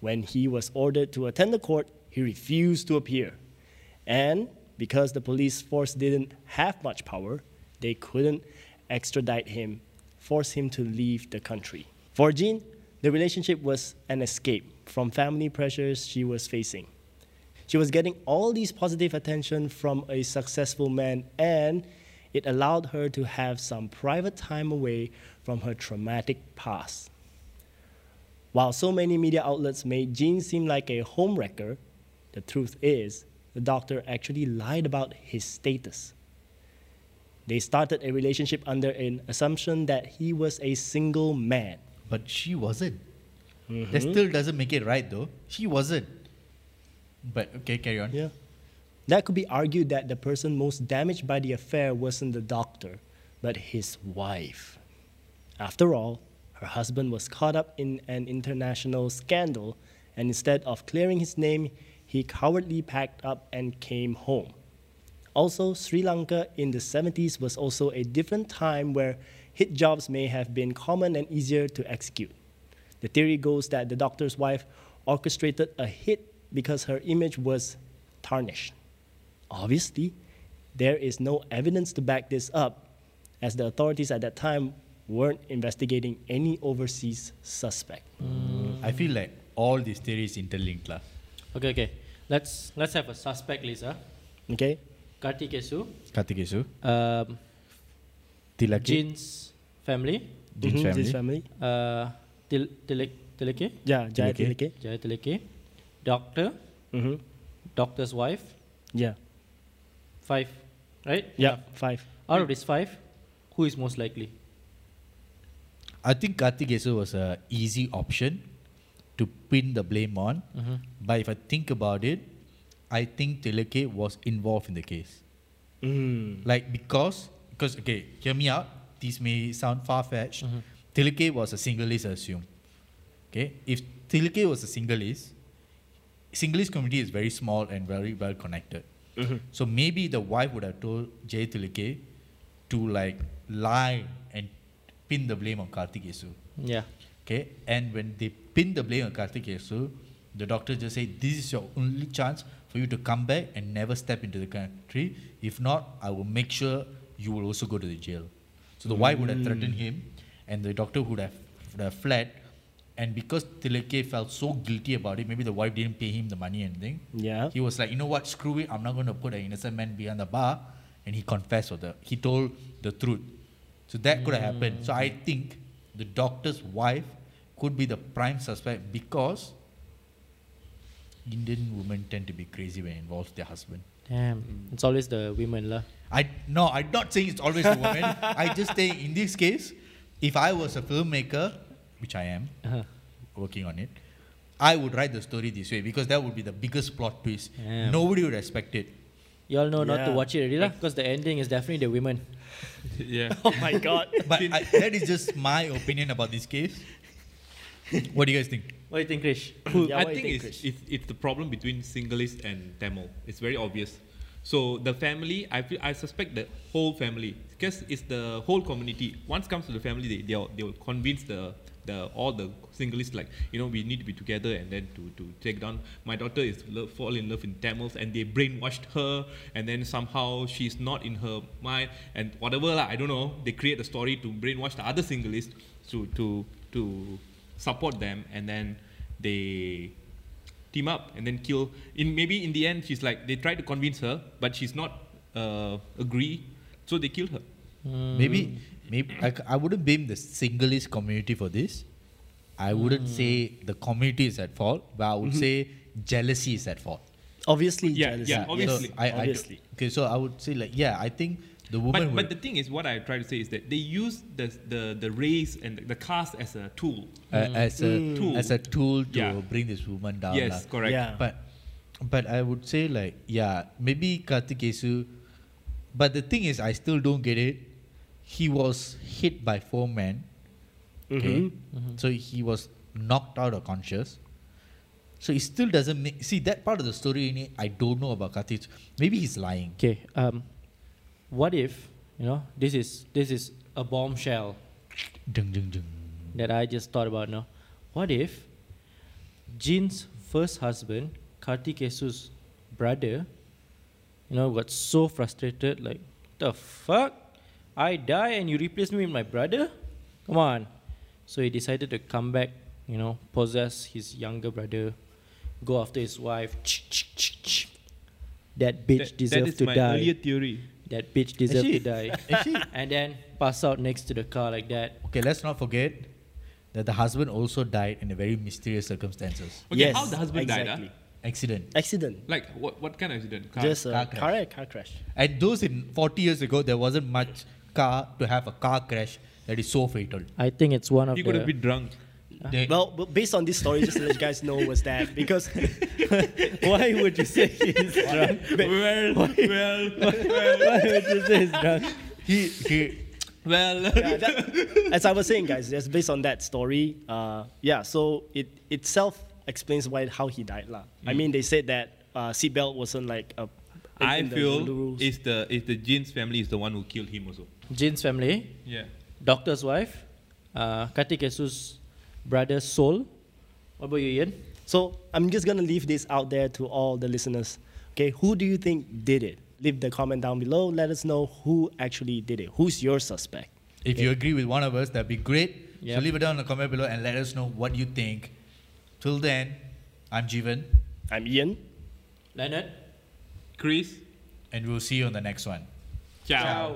Speaker 1: When he was ordered to attend the court, he refused to appear. And because the police force didn't have much power, they couldn't extradite him, force him to leave the country. For Jean, the relationship was an escape from family pressures she was facing. She was getting all these positive attention from a successful man, and it allowed her to have some private time away from her traumatic past. While so many media outlets made Jean seem like a homewrecker, the truth is the doctor actually lied about his status. They started a relationship under an assumption that he was a single man.
Speaker 3: But she wasn't. That still doesn't make it right, though. She wasn't. But okay, carry on.
Speaker 1: Yeah. That could be argued that the person most damaged by the affair wasn't the doctor, but his wife. After all, her husband was caught up in an international scandal, and instead of clearing his name, he cowardly packed up and came home. Also, Sri Lanka in the 70s was also a different time where hit jobs may have been common and easier to execute. The theory goes that the doctor's wife orchestrated a hit because her image was tarnished. Obviously, there is no evidence to back this up, as the authorities at that time weren't investigating any overseas suspect.
Speaker 3: Mm. I feel like all these theories interlinked, lah.
Speaker 2: Okay, okay. Let's let's have a suspect list. Huh?
Speaker 1: Okay?
Speaker 2: Kartikesu,
Speaker 5: Kartikesu,
Speaker 2: um,
Speaker 5: Tilaki,
Speaker 2: Jin's family,
Speaker 5: Jin's
Speaker 1: Mhm,
Speaker 5: family,
Speaker 2: uh, Til Tilek Tileke,
Speaker 1: Yeah, Jaya
Speaker 5: Tileke.
Speaker 1: Tileke.
Speaker 2: Jaya Tileke, doctor,
Speaker 3: Mm-hmm.
Speaker 1: Mhm.
Speaker 2: doctor's wife,
Speaker 1: Yeah.
Speaker 2: five, right?
Speaker 1: Yeah, five.
Speaker 2: Out of these five, who is most likely?
Speaker 3: I think Kartikesu was a easy option to pin the blame on. But if I think about it, I think Tilake was involved in the case.
Speaker 1: Mm.
Speaker 3: Like because because okay, hear me out. This may sound far fetched. Tilake was a singleist, I assume. Okay, if Tilake was a singleist, singleist community is very small and very well connected. So maybe the wife would have told Jay Tilake to like lie and pin the blame on Kartikesu.
Speaker 2: Yeah.
Speaker 3: Okay, and when they pin the blame on Kartikesu, the doctor just said, "This is your only chance for you to come back and never step into the country. If not, I will make sure you will also go to the jail." So the wife would have threatened him, and the doctor would have, would have fled. And because Tilake felt so guilty about it, maybe the wife didn't pay him the money and anything.
Speaker 1: Yeah.
Speaker 3: He was like, you know what, screw it, I'm not going to put an innocent man behind the bar. And he confessed, or the, he told the truth. So that could have happened. So I think the doctor's wife could be the prime suspect because Indian women tend to be crazy when it involves their husband.
Speaker 2: Damn. It's always the women, lah.
Speaker 3: I no, I'm not saying it's always a woman. I just say in this case, if I was a filmmaker, which I am,
Speaker 2: Uh-huh.
Speaker 3: working on it, I would write the story this way because that would be the biggest plot twist.
Speaker 2: Yeah.
Speaker 3: Nobody would expect it.
Speaker 2: You all know not to
Speaker 1: Yeah.
Speaker 2: watch it already, lah, because the ending is definitely the women.
Speaker 4: yeah.
Speaker 1: Oh my god.
Speaker 3: But I, that is just my opinion about this case. What do you guys think?
Speaker 2: What do you think, Krish?
Speaker 1: Yeah,
Speaker 4: I
Speaker 1: what do you
Speaker 4: think,
Speaker 1: think,
Speaker 4: it's, it's it's the problem between Singhalese and Tamil. It's very obvious. So the family, I feel, I suspect the whole family because it's the whole community. Once comes to the family, they they'll they'll convince the the all the Singhalese like you know we need to be together and then to to take down. My daughter is love, fall in love in Tamils and they brainwashed her and then somehow she's not in her mind and whatever lah, I don't know. They create a story to brainwash the other Singhalese to to to support them and then they team up and then kill in maybe in the end she's like they try to convince her but she's not uh, agree so they kill her
Speaker 3: Maybe, maybe I, c- I wouldn't blame the singleist community for this. I wouldn't say
Speaker 4: Hmm.
Speaker 3: the community is at fault, but I would say
Speaker 4: Mm-hmm.
Speaker 3: jealousy is at fault.
Speaker 1: Obviously,
Speaker 4: Yeah,
Speaker 1: jealousy.
Speaker 4: yeah, obvi- Obviously.
Speaker 3: So I, I
Speaker 1: Obviously.
Speaker 3: do- okay, so I would say like yeah, I think the woman.
Speaker 4: but, but
Speaker 3: would,
Speaker 4: the thing is what i try to say is that they use the the, the race and the, the caste as a tool
Speaker 3: uh, as a
Speaker 4: Tool.
Speaker 3: as a tool to
Speaker 4: Hmm. Yeah.
Speaker 3: bring this woman down.
Speaker 4: yes
Speaker 3: lah.
Speaker 4: correct
Speaker 1: Yeah.
Speaker 3: But But I would say like yeah, maybe Kartikesu. But the thing is, I still don't get it. He was hit by four men.
Speaker 1: Mm-hmm.
Speaker 3: Okay, so he was knocked out of conscious. So it still doesn't make see that part of the story. In it, I don't know about Kartikesu. Maybe he's lying.
Speaker 2: Okay. Um, what if you know this is this is a bombshell
Speaker 3: Dun, dun, dun.
Speaker 2: that I just thought about now. What if Jin's first husband, Kartikesu's brother, you know, got so frustrated like the fuck? I die and you replace me with my brother? Come on. So he decided to come back, you know, possess his younger brother, go after his wife. That bitch
Speaker 4: That- that
Speaker 2: deserved
Speaker 4: is
Speaker 2: to
Speaker 4: my
Speaker 2: die.
Speaker 4: earlier theory.
Speaker 2: That bitch deserved to die.
Speaker 3: Actually,
Speaker 2: and then pass out next to the car like that.
Speaker 3: okay. Let's not forget that the husband also died in a very mysterious circumstances.
Speaker 4: Okay,
Speaker 1: yes,
Speaker 4: how the husband
Speaker 1: exactly.
Speaker 4: died? ah?
Speaker 3: Accident.
Speaker 1: Accident.
Speaker 4: Like what what kind of accident? Car?
Speaker 1: Just a car
Speaker 3: car crash.
Speaker 1: crash. Car, crash.
Speaker 3: And those in 40 years ago, there wasn't much car to have a car crash that is so fatal.
Speaker 2: I think it's one of
Speaker 4: he
Speaker 2: the.
Speaker 4: could have been drunk.
Speaker 3: They-
Speaker 1: Well, but based on this story, just to let you guys know was that because
Speaker 2: why would you say he's drunk?
Speaker 4: Well, well,
Speaker 2: Why would you say he's drunk?
Speaker 3: he, he,
Speaker 4: well.
Speaker 1: yeah, that, as I was saying, guys, just based on that story, uh, yeah. So it itself explains why how he died, lah.
Speaker 4: Mm.
Speaker 1: I mean, they said that uh, seatbelt wasn't like a. in-
Speaker 4: I
Speaker 1: in the
Speaker 4: feel
Speaker 1: rules.
Speaker 4: it's the it's the Jin's family is the one who killed him also.
Speaker 2: Jin's family,
Speaker 4: Yeah.
Speaker 2: doctor's wife, uh, Kartikesu's brother Sol. What about you, Ian?
Speaker 1: So I'm just gonna leave this out there to all the listeners. Okay, who do you think did it? Leave the comment down below. Let us know who actually did it. Who's your suspect?
Speaker 3: if you agree with one of us, that'd be great. So
Speaker 2: Yep.
Speaker 3: leave it down in the comment below and let us know what you think. Till then, I'm Jeevan,
Speaker 1: I'm Ian.
Speaker 2: Leonard.
Speaker 4: Chris.
Speaker 3: and we'll see you on the next one.
Speaker 4: Ciao.